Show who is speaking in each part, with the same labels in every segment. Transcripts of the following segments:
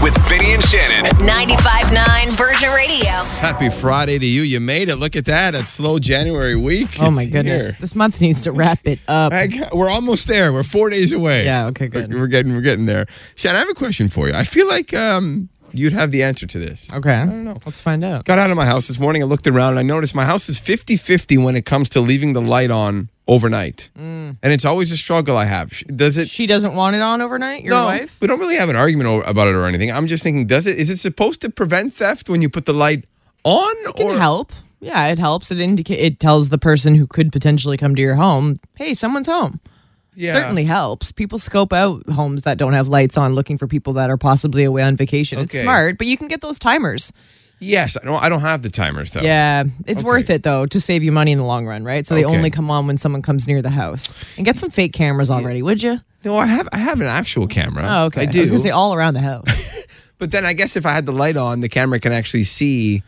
Speaker 1: with Vinny and Shannon.
Speaker 2: 95.9 Virgin Radio.
Speaker 3: Happy Friday to you. You made it. Look at that. That's slow January week.
Speaker 4: Oh
Speaker 3: It's
Speaker 4: my goodness.
Speaker 3: here.
Speaker 4: This month needs to wrap it up.
Speaker 3: I got- we're almost there. We're four days away.
Speaker 4: Yeah, okay,
Speaker 3: We're-
Speaker 4: good.
Speaker 3: We're, getting we're getting there. Shannon, I have a question for you. I feel like um, you'd have the answer to this.
Speaker 4: Okay. I
Speaker 3: don't know.
Speaker 4: Let's find out.
Speaker 3: Got out of my house this morning. I looked around and I noticed my house is 50 50 when it comes to leaving the light on overnight.
Speaker 4: Mm.
Speaker 3: And it's always a struggle I have. Sh- Does it.
Speaker 4: She doesn't want it on overnight, your
Speaker 3: no,
Speaker 4: wife?
Speaker 3: we don't really have an argument o- about it or anything. I'm just thinking, does it? Is it supposed to prevent theft when you put the light on?
Speaker 4: It
Speaker 3: or
Speaker 4: can help. Yeah, it helps. It indicate it tells the person who could potentially come to your home, hey, someone's home.
Speaker 3: Yeah.
Speaker 4: Certainly helps. People scope out homes that don't have lights on looking for people that are possibly away on vacation.
Speaker 3: Okay.
Speaker 4: It's smart, but you can get those timers.
Speaker 3: Yes, I don't. I don't have the timers though.
Speaker 4: Yeah, it's worth it though to save you money in the long run, right? So they
Speaker 3: Okay.
Speaker 4: only come on when someone comes near the house. And get some fake cameras already, would you?
Speaker 3: No, I have. I have an actual camera.
Speaker 4: Oh, okay.
Speaker 3: I do.
Speaker 4: was gonna say all around the house.
Speaker 3: but then I guess if I had the light on, the camera can actually see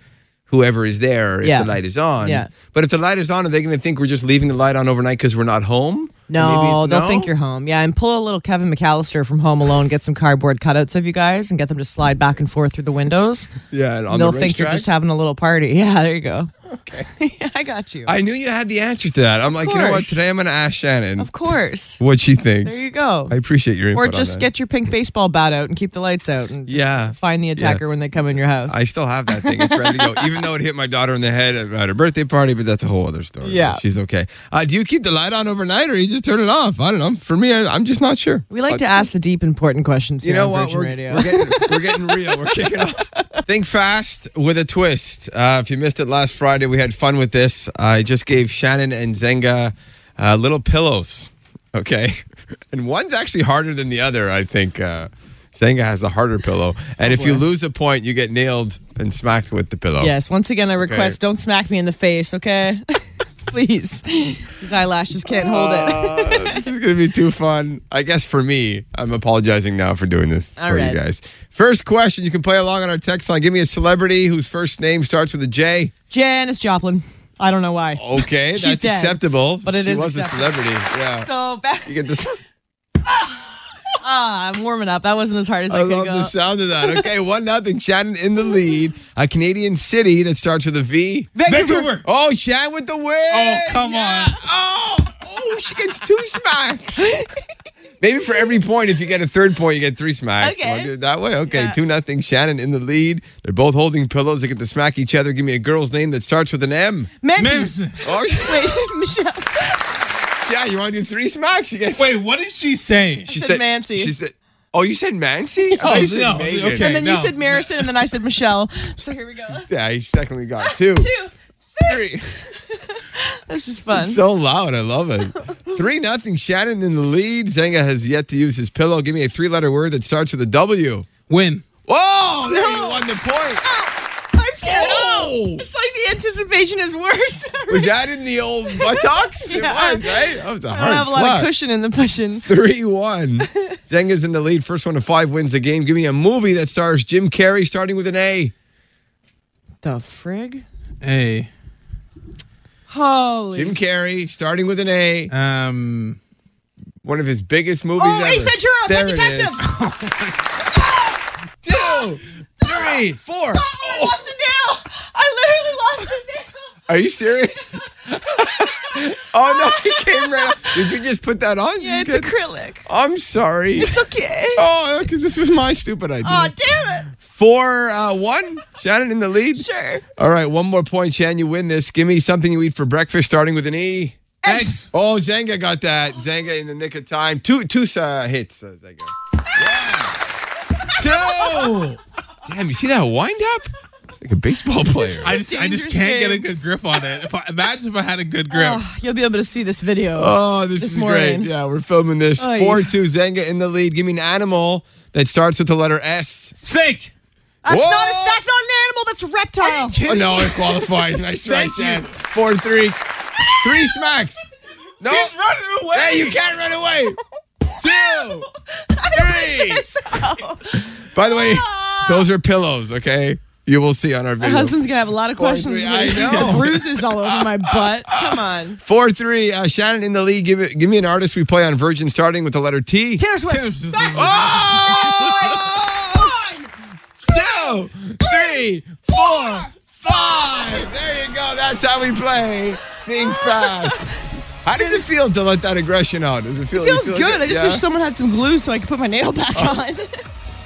Speaker 3: whoever is there if
Speaker 4: Yeah.
Speaker 3: the light is on.
Speaker 4: Yeah.
Speaker 3: But if the light is on, are they going to think we're just leaving the light on overnight because we're not home? Maybe
Speaker 4: No,
Speaker 3: it's-
Speaker 4: they'll
Speaker 3: no?
Speaker 4: think you're home. Yeah, and pull a little Kevin McAllister from Home Alone, get some cardboard cutouts of you guys, and get them to slide back and forth through the windows.
Speaker 3: Yeah, and on
Speaker 4: they'll
Speaker 3: the
Speaker 4: think you're
Speaker 3: racetrack?
Speaker 4: just having a little party. Yeah, there you go. Okay, I got you.
Speaker 3: I knew you had the answer to that. I'm like, you know what?
Speaker 4: course.
Speaker 3: Today I'm going to ask Shannon
Speaker 4: of course.
Speaker 3: what she thinks.
Speaker 4: There you go.
Speaker 3: I appreciate your input.
Speaker 4: Or
Speaker 3: on
Speaker 4: just
Speaker 3: that.
Speaker 4: get your pink baseball bat out and keep the lights out and just
Speaker 3: Yeah.
Speaker 4: find the attacker when they come in your house.
Speaker 3: I still have that thing. It's ready to go. Even though it hit my daughter in the head at her birthday party, but that's a whole other story.
Speaker 4: Yeah.
Speaker 3: She's okay. Uh, do you keep the light on overnight or you just turn it off? I don't know. For me, I, I'm just not sure.
Speaker 4: we like
Speaker 3: Uh,
Speaker 4: to ask the deep, important questions.
Speaker 3: You
Speaker 4: here
Speaker 3: know
Speaker 4: on
Speaker 3: what?
Speaker 4: Virgin
Speaker 3: We're,
Speaker 4: Radio.
Speaker 3: we're getting, we're getting real. We're kicking off. Think fast with a twist. Uh, if you missed it last Friday, we had fun with this. I just gave Shannon and Zenga uh, little pillows. Okay. And one's actually harder than the other, I think. Uh, Zenga has the harder pillow. And if you lose a point, you get nailed and smacked with the pillow.
Speaker 4: Yes, once again, I request don't smack me in the face, okay? Please. These eyelashes can't hold it.
Speaker 3: Uh, this is going to be too fun. I guess for me, I'm apologizing now for doing this
Speaker 4: All
Speaker 3: for
Speaker 4: right.
Speaker 3: you guys. First question, you can play along on our text line. Give me a celebrity whose first name starts with a J.
Speaker 4: Janice Joplin. I don't know why.
Speaker 3: Okay,
Speaker 4: She's
Speaker 3: that's
Speaker 4: dead.
Speaker 3: acceptable.
Speaker 4: But it
Speaker 3: she
Speaker 4: is
Speaker 3: was a
Speaker 4: acceptable.
Speaker 3: celebrity. Yeah.
Speaker 4: So back,
Speaker 3: you get this.
Speaker 4: ah, I'm warming up. That wasn't as hard as I,
Speaker 3: I
Speaker 4: could
Speaker 3: love
Speaker 4: go.
Speaker 3: the sound of that. Okay, one nothing. Shannon in the lead. A Canadian city that starts with a V.
Speaker 4: Vancouver.
Speaker 5: Vancouver.
Speaker 3: Oh, Shan with the win.
Speaker 5: Oh, come on.
Speaker 3: Oh, oh, she gets two smacks. Maybe for every point, if you get a third point, you get three smacks.
Speaker 4: Okay.
Speaker 3: Wanna do it that way? Okay,
Speaker 4: Yeah.
Speaker 3: two nothing. Shannon in the lead. They're both holding pillows. They get to smack each other. Give me a girl's name that starts with an M.
Speaker 4: Menzies.
Speaker 5: Manson.
Speaker 3: Oh,
Speaker 4: Wait, Michelle.
Speaker 3: Shan, you want to do three smacks? You get.
Speaker 5: Wait, what did she say?
Speaker 3: she
Speaker 4: said Mancy.
Speaker 3: She said. Oh, you said Mancy? I thought you said
Speaker 5: no.
Speaker 3: Megan.
Speaker 5: Okay.
Speaker 4: And then you
Speaker 5: no.
Speaker 4: said Marison, and then I said Michelle. So here we go.
Speaker 3: Yeah, you secondly got two.
Speaker 4: Two.
Speaker 3: Three.
Speaker 4: This is fun.
Speaker 3: So loud. I love it. Three nothing. Shannon in the lead. Zenga has yet to use his pillow. Give me a three letter word that starts with a W.
Speaker 5: Win.
Speaker 3: Whoa! There you won the point.
Speaker 4: I'm scared. Oh! It's like the anticipation is worse.
Speaker 3: Was that in the old buttocks?
Speaker 4: Yeah.
Speaker 3: It was, right? That was a
Speaker 4: I don't
Speaker 3: hard
Speaker 4: have a lot of
Speaker 3: slap.
Speaker 4: cushion in the cushion.
Speaker 3: 3 1. Zenga's in the lead. First one to five wins the game. Give me a movie that stars Jim Carrey starting with an A.
Speaker 4: The frig?
Speaker 5: Hey.
Speaker 4: Holy.
Speaker 3: Jim Carrey starting with an A.
Speaker 5: Um.
Speaker 3: One of his biggest movies
Speaker 4: Oh,
Speaker 3: ever.
Speaker 4: Ace Ventura, Pet
Speaker 3: There it
Speaker 4: Detective.
Speaker 3: is. Two,
Speaker 4: Ah!
Speaker 3: three, four.
Speaker 4: I lost a nail. I literally lost a nail.
Speaker 3: Are you serious? oh no, he came right. Off. Did you just put that on?
Speaker 4: Yeah,
Speaker 3: Just
Speaker 4: it's
Speaker 3: get-
Speaker 4: acrylic.
Speaker 3: I'm sorry.
Speaker 4: Okay.
Speaker 3: Oh, because this was my stupid idea.
Speaker 4: Oh, damn it.
Speaker 3: Four, uh, one. Shannon in the lead.
Speaker 4: Sure.
Speaker 3: All right, one more point, Shan. You win this. Give me something you eat for breakfast, starting with an E.
Speaker 5: Eggs.
Speaker 3: Oh, Zanga got that. Zanga in the nick of time. Two, two uh, hits. Uh, Zanga. Yeah. Two. Damn, you see that wind up? It's like a baseball player.
Speaker 5: I just, I just
Speaker 4: dangerous
Speaker 5: can't get a
Speaker 4: game.
Speaker 5: good grip on it. If I, imagine if I had a good grip.
Speaker 4: Oh, you'll be able to see this video.
Speaker 3: Oh, this,
Speaker 4: This
Speaker 3: is
Speaker 4: morning.
Speaker 3: great. Yeah, we're filming this.
Speaker 4: Oy.
Speaker 3: 4 2 Zenga in the lead. Give me an animal that starts with the letter S.
Speaker 5: Snake.
Speaker 4: that's,
Speaker 3: Whoa.
Speaker 4: not a, that's not an animal. That's a reptile.
Speaker 3: Oh, no, it qualifies. Nice try,
Speaker 5: Thank you.
Speaker 3: Sam. 4 3. Three smacks. No.
Speaker 5: She's running away.
Speaker 3: Hey, you can't run away. Two. Three. By the way, those are pillows, okay? You will see on our
Speaker 4: Ah. My
Speaker 3: video.
Speaker 4: husband's gonna have a lot of questions.
Speaker 3: three,
Speaker 4: when he
Speaker 3: I
Speaker 4: sees
Speaker 3: know.
Speaker 4: the bruises all over my butt. Come on.
Speaker 3: 4 3. Uh, Shannon in the lead. Give, it, give me an artist we play on Virgin starting with the letter T.
Speaker 4: Taylor Swift.
Speaker 5: Tim-
Speaker 4: Back-
Speaker 3: Oh! two, three, four, five. There you go. That's how we play. Think
Speaker 4: Ah.
Speaker 3: fast. How does it feel to let that aggression out? Does it feel? you feel
Speaker 4: Feels good. I just
Speaker 3: yeah? Oh.
Speaker 4: wish someone had some glue so I could put my nail back on.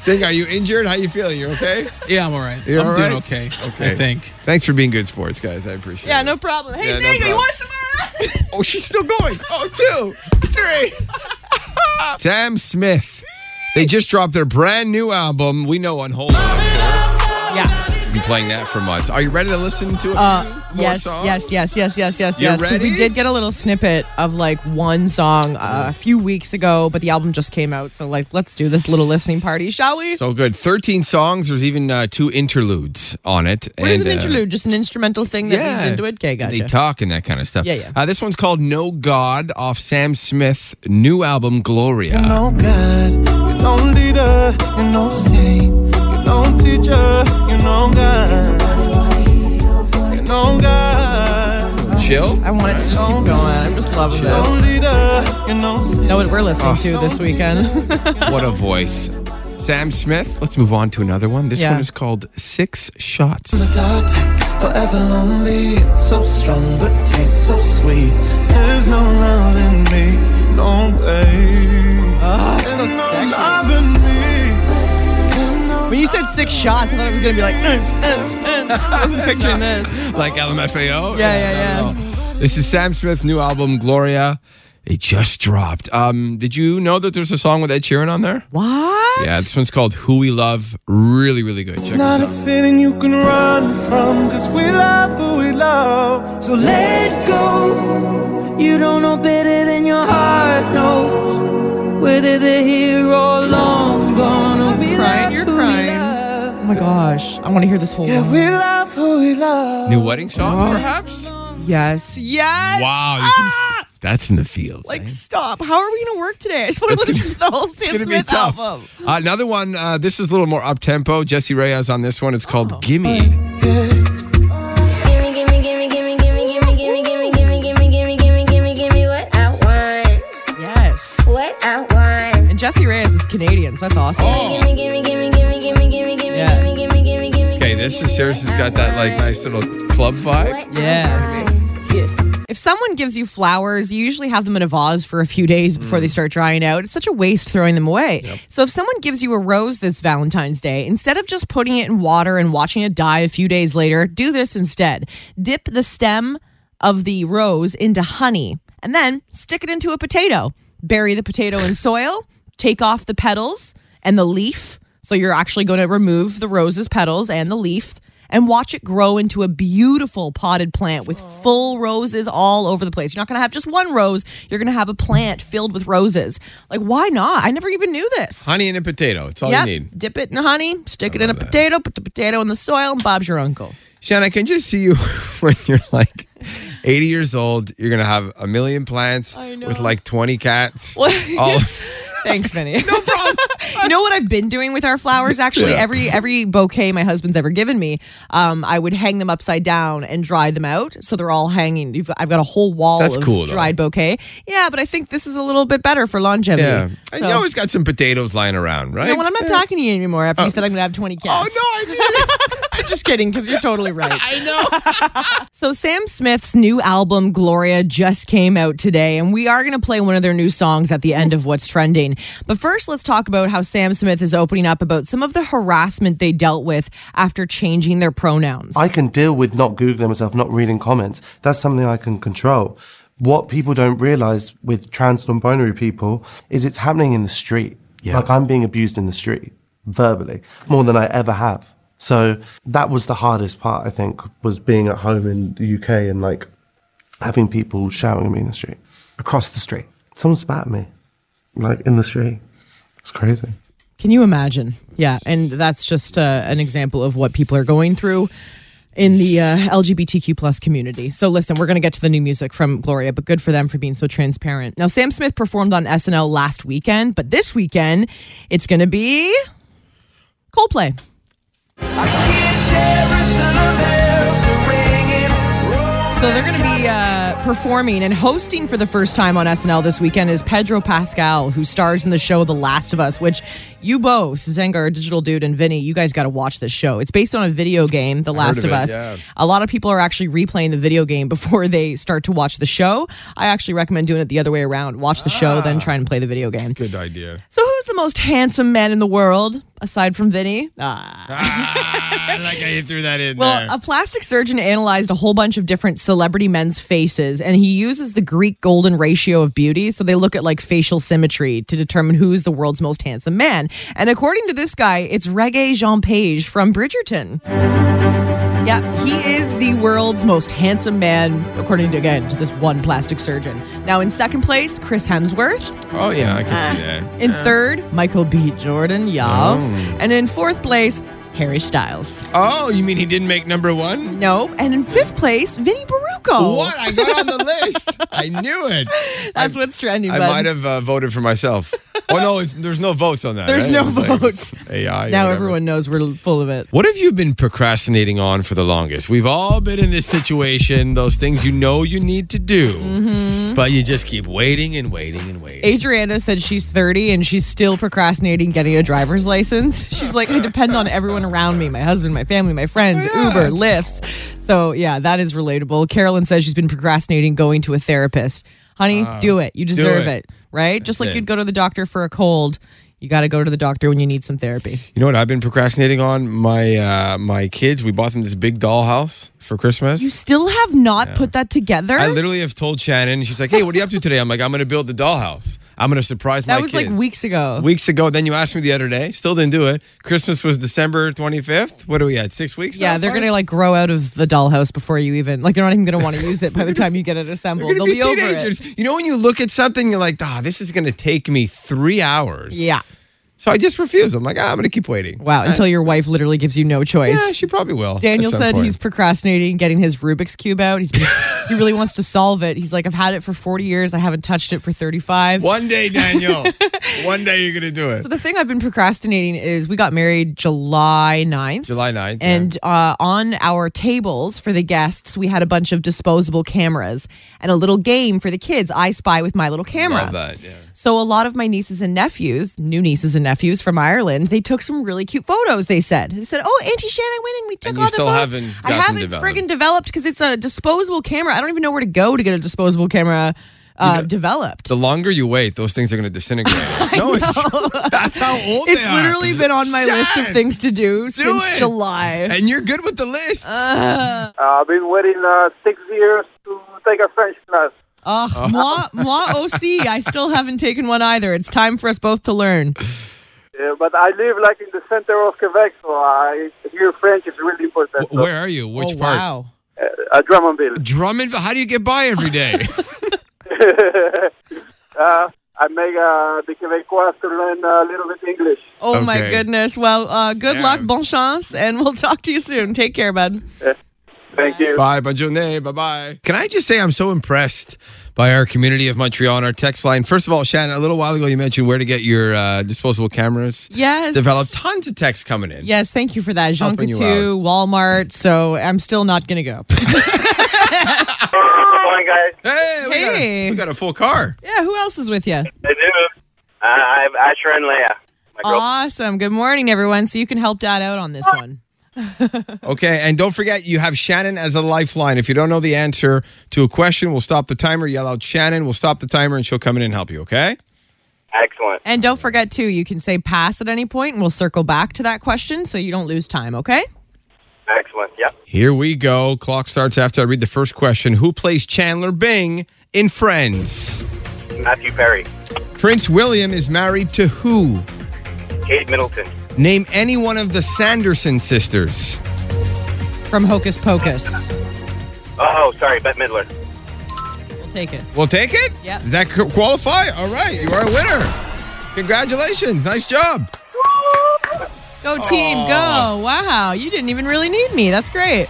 Speaker 3: Zing, are you injured? How you feeling? You okay?
Speaker 5: Yeah, I'm all right.
Speaker 3: You're
Speaker 5: I'm
Speaker 3: all
Speaker 5: doing
Speaker 3: right?
Speaker 5: okay.
Speaker 3: Okay.
Speaker 5: I think.
Speaker 3: Thanks for being good sports guys. I appreciate
Speaker 4: yeah,
Speaker 3: it.
Speaker 4: no problem. Hey,
Speaker 3: Yeah, no
Speaker 4: Diego, you
Speaker 3: problem.
Speaker 4: want some of that?
Speaker 3: Oh, she's still going. Oh, two, three. Sam Smith. They just dropped their brand new album. We know on hold.
Speaker 4: yeah.
Speaker 3: We've been playing that for months. Are you ready to listen to it?
Speaker 4: Uh,
Speaker 3: More
Speaker 4: yes,
Speaker 3: songs?
Speaker 4: yes, yes, yes, yes, yes,
Speaker 3: You
Speaker 4: yes. Because
Speaker 3: ready?
Speaker 4: we did get a little snippet of like one song uh, a few weeks ago, but the album just came out. So like, let's do this little listening party, shall we?
Speaker 3: So good. 13 songs. There's even uh, two interludes on it.
Speaker 4: What is
Speaker 3: And,
Speaker 4: an
Speaker 3: uh,
Speaker 4: interlude? Just an instrumental thing that leads into it? Okay,
Speaker 3: They
Speaker 4: gotcha.
Speaker 3: talk and that kind of stuff.
Speaker 4: Yeah, yeah.
Speaker 3: Uh, this one's called No God off Sam Smith new album Gloria.
Speaker 1: no God, you no leader, you no saint, you no teacher, you no God, you no God,
Speaker 3: Chill.
Speaker 4: I want it to just keep going. I'm just loving
Speaker 1: no
Speaker 4: this.
Speaker 1: leader, you no saint.
Speaker 4: Know what we're listening to this weekend?
Speaker 3: What a voice. Sam Smith. Let's move on to another one. This
Speaker 4: Yeah.
Speaker 3: one is called Six Shots.
Speaker 1: Dark, forever lonely, it's so strong but tastes so sweet. There's no love in me, no way.
Speaker 4: oh, it's so
Speaker 1: There's no
Speaker 4: sexy.
Speaker 1: love in me. There's no
Speaker 4: When you said six shots, I thought it was gonna be like, ents, ents, ents. I wasn't picturing this.
Speaker 3: Like LMFAO?
Speaker 4: Yeah, yeah, yeah.
Speaker 3: This is Sam Smith's new album, Gloria. It just dropped. Um, did you know that there's a song with Ed Sheeran on there?
Speaker 4: What?
Speaker 3: Yeah, this one's called Who We Love. Really, really good. Check this
Speaker 1: Not a
Speaker 3: out.
Speaker 1: feeling you can run from, cause we love who we love. So let go. You don't know better than your heart knows. Whether they're here or long gone, we
Speaker 4: Crying,
Speaker 1: love
Speaker 4: you're
Speaker 1: who
Speaker 4: crying.
Speaker 1: we love.
Speaker 4: Oh my gosh, I want to hear this whole.
Speaker 1: Yeah,
Speaker 4: one.
Speaker 1: we love who we love.
Speaker 3: New wedding song, perhaps?
Speaker 4: Yes, yes.
Speaker 3: Wow, you can. That's in the field.
Speaker 4: Ah! Like, stop. How are we gonna work today? I just want to listen to the whole Sam
Speaker 3: It's gonna be
Speaker 4: Smith
Speaker 3: tough.
Speaker 4: album.
Speaker 3: Uh, another one. Uh, this is a little more up tempo. Jesse Reyes on this one. It's
Speaker 4: Oh.
Speaker 3: called Gimme.
Speaker 6: Gimme, gimme, gimme, gimme, gimme, gimme, gimme, gimme, gimme, gimme, gimme, gimme, gimme, gimme what I want,
Speaker 4: Yes.
Speaker 6: what I want.
Speaker 4: And Jesse Reyes is Canadian, so that's awesome.
Speaker 3: Oh,
Speaker 6: Gimme, gimme, gimme, gimme, gimme, gimme, gimme,
Speaker 4: Yeah.
Speaker 6: gimme, gimme, gimme, gimme.
Speaker 3: Okay, this is Sarah's has got that like nice little club vibe.
Speaker 4: Yeah. If someone gives you flowers, you usually have them in a vase for a few days before they start drying out. It's such a waste throwing them away. So if someone gives you a rose this Valentine's Day, instead of just putting it in water and watching it die a few days later, do this instead. Dip the stem of the rose into honey and then stick it into a potato. Bury the potato in soil, take off the petals and the leaf. So you're actually going to remove the rose's petals and the leaf and watch it grow into a beautiful potted plant with full roses all over the place. You're not going to have just one rose, you're going to have a plant filled with roses. Like, why not? I never even knew this.
Speaker 3: Honey and a potato. It's all
Speaker 4: Yep.
Speaker 3: you need.
Speaker 4: Dip it in honey, stick it in a potato, put the potato in the soil, and Bob's your uncle.
Speaker 3: Shannon, I can just see you when you're like 80 years old. You're gonna have a million plants
Speaker 4: I know.
Speaker 3: with like 20 cats.
Speaker 4: Well,
Speaker 3: All-
Speaker 4: Thanks, Vinny.
Speaker 3: no problem.
Speaker 4: you know what I've been doing with our flowers? Actually,
Speaker 3: Yeah.
Speaker 4: every every bouquet my husband's ever given me, um, I would hang them upside down and dry them out, so they're all hanging. You've, I've got a whole wall
Speaker 3: That's
Speaker 4: of
Speaker 3: cool, though.
Speaker 4: dried bouquet. Yeah, but I think this is a little bit better for longevity.
Speaker 3: Yeah, and
Speaker 4: So-
Speaker 3: you always got some potatoes lying around, right?
Speaker 4: You know what? I'm not talking to you anymore after you said I'm going to have 20
Speaker 3: Oh
Speaker 4: cats.
Speaker 3: no, I mean.
Speaker 4: I'm just kidding because you're totally right.
Speaker 3: I know.
Speaker 4: So Sam Smith's new album Gloria just came out today and we are going to play one of their new songs at the end of what's trending. But first let's talk about how Sam Smith is opening up about some of the harassment they dealt with after changing their pronouns.
Speaker 7: I can deal with not Googling myself, not reading comments. That's something I can control. What people don't realize with trans non binary people is it's happening in the street. Like I'm being abused in the street verbally more than I ever have. So that was the hardest part, I think, was being at home in the UK and like having people shouting at me in the street.
Speaker 8: across the street.
Speaker 7: Someone spat at me, like in the street. It's crazy.
Speaker 4: Can you imagine? Yeah, and that's just uh, an example of what people are going through in the uh, LGBTQ plus community. So listen, we're going to get to the new music from Gloria, but good for them for being so transparent. Now, Sam Smith performed on SNL last weekend, but this weekend it's going to be Coldplay. So they're going to be uh, uh, performing and hosting for the first time on SNL this weekend is Pedro Pascal, who stars in the show The Last of Us, which you both, Zengar, Digital Dude, and Vinny, you guys got to watch this show. It's based on a video game, The Last
Speaker 3: of
Speaker 4: of,
Speaker 3: it,
Speaker 4: Us.
Speaker 3: yeah.
Speaker 4: A lot of people are actually replaying the video game before they start to watch the show. I actually recommend doing it the other way around. Watch the show, then
Speaker 3: Ah.
Speaker 4: try and play the video game.
Speaker 3: Good idea.
Speaker 4: So, who's the most handsome man in the world aside from Vinny?
Speaker 3: Uh,
Speaker 4: Ah.
Speaker 3: I like how you threw that in
Speaker 4: Well, a plastic surgeon analyzed a whole bunch of different celebrity men's faces, and he uses the Greek golden ratio of beauty. So they look at like facial symmetry to determine who is the world's most handsome man. And according to this guy, it's Reggae Jean Page from Bridgerton. Yeah, he is the world's most handsome man, according to again to this one plastic surgeon. Now in second place, Chris Hemsworth.
Speaker 3: oh yeah, I can see that.
Speaker 4: In third, Michael B. Jordan, Yas. And in fourth place, Harry Styles.
Speaker 3: Oh, you mean he didn't make number one?
Speaker 4: No. And in fifth place, Vinnie Baruco.
Speaker 3: What? I got on the list. I knew it.
Speaker 4: That's what's trending.
Speaker 3: I
Speaker 4: bud.
Speaker 3: might have uh, voted for myself. Oh no, it's, there's no votes on that.
Speaker 4: There's
Speaker 3: right?
Speaker 4: no
Speaker 3: It's like,
Speaker 4: votes.
Speaker 3: it's AI. or
Speaker 4: Now
Speaker 3: whatever.
Speaker 4: everyone knows we're full of it.
Speaker 3: What have you been procrastinating on for the longest? We've all been in this situation, those things you know you need to do,
Speaker 4: Mm-hmm.
Speaker 3: but you just keep waiting and waiting and waiting.
Speaker 4: Adriana said she's 30 and she's still procrastinating getting a driver's license. She's like, I depend on everyone around me my husband, my family, my friends, Uber, Lyft. So, yeah, that is relatable. Carolyn says she's been procrastinating going to a therapist. Honey, do it. You deserve
Speaker 3: Ah, it.
Speaker 4: it. right? Just like
Speaker 3: it.
Speaker 4: you'd go to the doctor for a cold. You got to go to the doctor when you need some therapy.
Speaker 3: You know what I've been procrastinating on? My uh, my kids, we bought them this big dollhouse for Christmas.
Speaker 4: You still have not put that together?
Speaker 3: I literally have told Shannon, she's like, "Hey, what are you up to today?" I'm like, "I'm going to build the dollhouse. I'm going to surprise my
Speaker 4: that was
Speaker 3: kids."
Speaker 4: like weeks ago.
Speaker 3: Weeks ago, then you asked me the other day. Still didn't do it. Christmas was December 25th. What are we at? Six weeks?
Speaker 4: Yeah,
Speaker 3: now,
Speaker 4: they're
Speaker 3: Fine.
Speaker 4: gonna like grow out of the dollhouse before you even like they're not even gonna want to use it by the time you get it assembled.
Speaker 3: They're
Speaker 4: They'll
Speaker 3: gonna
Speaker 4: be, over it.
Speaker 3: teenagers. You know when you look at something, you're like, "Ah, this is gonna take me three hours."
Speaker 4: Yeah.
Speaker 3: So I just refuse. I'm like, ah, I'm gonna keep waiting.
Speaker 4: Wow. Until your wife literally gives you no choice.
Speaker 3: Yeah, she probably will.
Speaker 4: Daniel
Speaker 3: at some
Speaker 4: said
Speaker 3: point.
Speaker 4: he's procrastinating getting his Rubik's cube out. He's he really wants to solve it. He's like, I've had it for 40 years. I haven't touched it for 35.
Speaker 3: one day, Daniel. one day you're gonna do it.
Speaker 4: So the thing I've been procrastinating is we got married July 9th.
Speaker 3: July 9th. yeah.
Speaker 4: And uh, on our tables for the guests, we had a bunch of disposable cameras and a little game for the kids. I spy with my little camera.
Speaker 3: Love that. Yeah.
Speaker 4: So a lot of my nieces and nephews, new nieces and nephews from Ireland, they took some really cute photos. They said, they said, "Oh, Auntie Shannon went and we took
Speaker 3: And you
Speaker 4: all the
Speaker 3: still
Speaker 4: photos."
Speaker 3: haven't
Speaker 4: I
Speaker 3: gotten
Speaker 4: haven't
Speaker 3: developed.
Speaker 4: friggin' developed because it's a disposable camera. I don't even know where to go to get a disposable camera uh, developed.
Speaker 3: The longer you wait, those things are gonna disintegrate. no, it's true. that's how old
Speaker 4: It's
Speaker 3: they are.
Speaker 4: literally been on my list of
Speaker 3: Shan,
Speaker 4: things to do, since
Speaker 3: it.
Speaker 4: July.
Speaker 3: And you're good with the list.
Speaker 8: Uh, I've been waiting uh, six years to take a French class.
Speaker 4: Ugh,
Speaker 3: Oh.
Speaker 4: moi, moi aussi. I still haven't taken one either. It's time for us both to learn.
Speaker 8: Uh, but I live like in the center of Quebec, so I hear French is really important. So,
Speaker 3: Where are you? Which
Speaker 4: oh,
Speaker 3: part?
Speaker 4: wow.
Speaker 8: uh, Drummondville.
Speaker 3: Drummond. How do you get by every day?
Speaker 8: uh, I make uh, the Quebecois to learn a little bit English.
Speaker 4: Oh my
Speaker 3: Okay.
Speaker 4: goodness. Well, uh, good
Speaker 3: Damn.
Speaker 4: luck, bon chance, and we'll talk to you soon. Take care, bud.
Speaker 8: Thank you.
Speaker 3: Bye, bonne journée. Bye bye. Can I just say I'm so impressed by our community of Montreal and our text line? First of all, Shannon, a little while ago you mentioned where to get your uh, disposable cameras
Speaker 4: Yes.
Speaker 3: developed. Tons of texts coming in.
Speaker 4: Yes, thank you for that. Jean
Speaker 3: Helping you
Speaker 4: Coutu, Walmart. So I'm still not going to go.
Speaker 8: Good morning, guys.
Speaker 3: Hey, we, Got
Speaker 4: Hey.
Speaker 3: a, we got a full car.
Speaker 4: yeah, who else is with you?
Speaker 8: I do. Uh, I'm Asher and Leah. My
Speaker 4: Awesome. Good morning, everyone. So you can help Dad out on this one.
Speaker 3: Okay, and don't forget you have Shannon as a lifeline. If you don't know the answer to a question, we'll stop the timer. Yell out Shannon. We'll stop the timer, and she'll come in and help you. Okay.
Speaker 8: Excellent.
Speaker 4: And don't forget, too, you can say pass at any point and we'll circle back to that question so you don't lose time, okay?
Speaker 8: Excellent. Yep.
Speaker 3: Here we go. Clock starts after I read the first question. Who plays Chandler Bing in Friends?
Speaker 8: Matthew Perry.
Speaker 3: Prince William is married to who?
Speaker 8: Kate Middleton.
Speaker 3: Name any one of the Sanderson sisters.
Speaker 4: From Hocus Pocus.
Speaker 8: Oh, sorry, Bette Midler.
Speaker 4: We'll take it.
Speaker 3: We'll take it?
Speaker 4: Yep.
Speaker 3: Does that qu- qualify? All right, you are a winner. Congratulations. Nice job.
Speaker 4: Go, team, go. Wow, you didn't even really need me. That's great.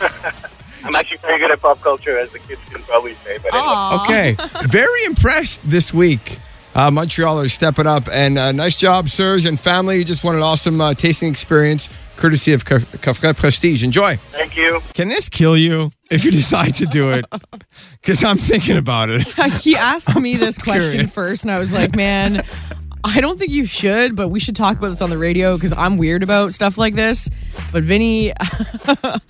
Speaker 8: I'm actually pretty good at pop culture, as the kids can probably say. But anyway.
Speaker 4: Aw.
Speaker 3: Okay. Very impressed this week Uh, Montreal are stepping up. And uh, nice job, Serge and family. You just won an awesome uh, tasting experience courtesy of Caf- Café Prestige. Enjoy.
Speaker 8: Thank you.
Speaker 3: Can this kill you if you decide to do it? Because I'm thinking about it.
Speaker 4: he asked me this question
Speaker 3: curious.
Speaker 4: first, and I was like, man, I don't think you should, but we should talk about this on the radio because I'm weird about stuff like this. But Vinny,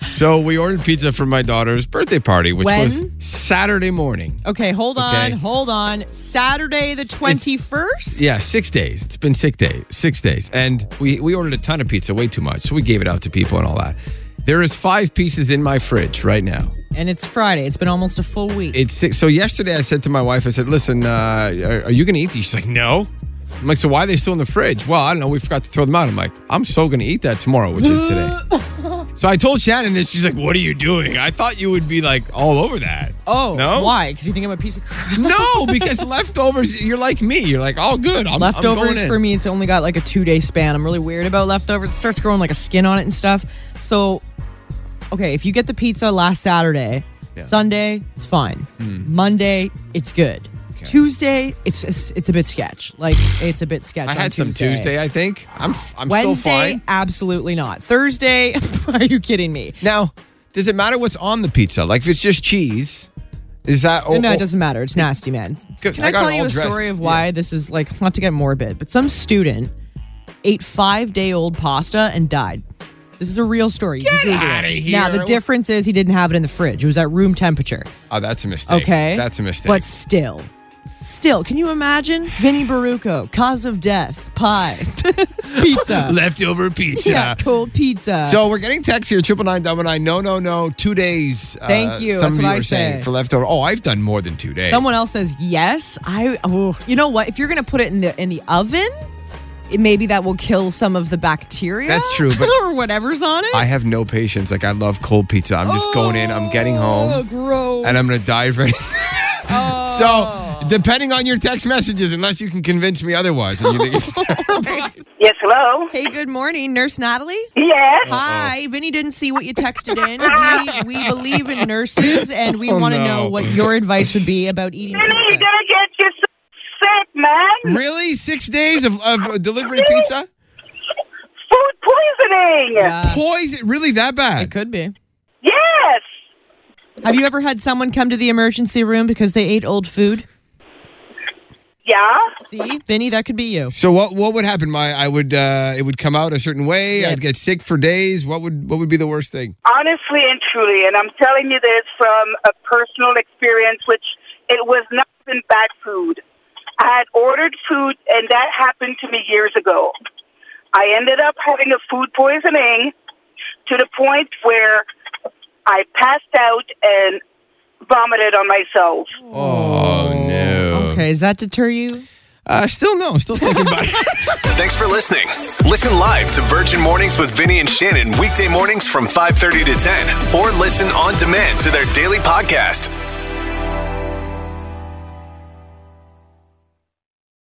Speaker 3: So we ordered pizza for my daughter's birthday party, which
Speaker 4: When?
Speaker 3: was Saturday morning.
Speaker 4: okay, hold on,
Speaker 3: Okay.
Speaker 4: hold on. Saturday the 21st?
Speaker 3: Yeah, six days. It's been six days. Six days, and we we ordered a ton of pizza, way too much. So we gave it out to people and all that. There is five pieces in my fridge right now.
Speaker 4: And it's Friday. It's been almost a full week.
Speaker 3: It's six. So yesterday I said to my wife, I said, "Listen, uh, are, are you going to eat these?" She's like, "No." I'm like, "So why are they still in the fridge?" Well, I don't know. We forgot to throw them out. I'm like, "I'm so going to eat that tomorrow, which is today." so I told Shannon this. She's like, "What are you doing?" I thought you would be like all over that.
Speaker 4: oh,
Speaker 3: no,
Speaker 4: why? Because you think I'm a piece of crap?
Speaker 3: No, because leftovers, you're like me. You're like, all good. I'm- I'm going
Speaker 4: leftovers
Speaker 3: in."
Speaker 4: for me it's only got like a two day span i'm really weird about leftovers it starts growing like a skin on it and stuff so okay if you get the pizza last saturday sunday it's fine
Speaker 3: Hmm.
Speaker 4: monday it's good tuesday it's, it's it's a bit sketch like it's a bit sketch
Speaker 3: I
Speaker 4: on
Speaker 3: had some Tuesday, I think. I'm I'm still
Speaker 4: wednesday
Speaker 3: fine.
Speaker 4: absolutely not thursday are you kidding me
Speaker 3: Now, does it matter what's on the pizza? Like if it's just cheese, is that oh,
Speaker 4: no,
Speaker 3: oh,
Speaker 4: it doesn't matter. It's nasty, man.
Speaker 3: Good.
Speaker 4: Can
Speaker 3: I
Speaker 4: I,
Speaker 3: got
Speaker 4: tell
Speaker 3: it
Speaker 4: you
Speaker 3: all
Speaker 4: a
Speaker 3: dressed.
Speaker 4: story of why this is like not to get morbid, but some student ate five day old pasta and died. This is a real story. You can Google it.
Speaker 3: outta here.
Speaker 4: Now the difference is he didn't have it in the fridge. It was at room temperature.
Speaker 3: Oh, that's a mistake.
Speaker 4: Okay,
Speaker 3: That's a mistake.
Speaker 4: But still, still, can you imagine Vinny Baruco, cause of death, pie, pizza,
Speaker 3: Leftover pizza.
Speaker 4: yeah, cold pizza.
Speaker 3: So we're getting texts here, triple nine double nine. No, no, no. Two days. uh,
Speaker 4: Thank you.
Speaker 3: Some
Speaker 4: That's
Speaker 3: of you
Speaker 4: what
Speaker 3: are
Speaker 4: I
Speaker 3: saying
Speaker 4: say.
Speaker 3: for leftover. Oh, I've done more than two days.
Speaker 4: Someone else says yes. I. Oh, you know what? If you're gonna put it in the in the oven, it- maybe that will kill some of the bacteria.
Speaker 3: That's true, but-
Speaker 4: or whatever's on it.
Speaker 3: I have no patience. Like I love cold pizza. I'm just going in. I'm getting home.
Speaker 4: Oh, gross.
Speaker 3: and I'm gonna die for it.
Speaker 4: Oh.
Speaker 3: So, depending on your text messages, unless you can convince me otherwise, and you think it's terrible.
Speaker 9: Yes, hello.
Speaker 4: Hey, good morning, Nurse Natalie.
Speaker 9: Yes.
Speaker 4: Hi, Vinny didn't see what you texted in. We, we believe in nurses, and we
Speaker 3: Oh,
Speaker 4: want to
Speaker 3: no.
Speaker 4: know what your advice would be about eating
Speaker 9: Honey, you're
Speaker 4: pizza.
Speaker 9: gonna get yourself sick, man.
Speaker 3: really, six days of, of delivery pizza?
Speaker 9: Food poisoning.
Speaker 4: Yeah,
Speaker 3: Poison? Really that
Speaker 4: it
Speaker 3: bad?
Speaker 4: could be.
Speaker 9: Yes.
Speaker 4: Have you ever had someone come to the emergency room because they ate old food?
Speaker 9: Yeah.
Speaker 4: See, Vinny, that could be you.
Speaker 3: So what what would happen? My I would uh, it would come out a certain way.
Speaker 4: Yeah.
Speaker 3: I'd get sick for days. What would what would be the worst thing?
Speaker 9: Honestly and truly, and I'm telling you this from a personal experience, which it was not even bad food. I had ordered food, and that happened to me years ago. I ended up having a food poisoning to the point where I passed out and vomited on myself.
Speaker 3: Oh no.
Speaker 4: Okay, does that deter you?
Speaker 3: Uh, still no. Still thinking about it.
Speaker 10: Thanks for listening. Listen live to Virgin Mornings with Vinny and Shannon weekday mornings from 5:30 to 10 or listen on demand to their daily podcast.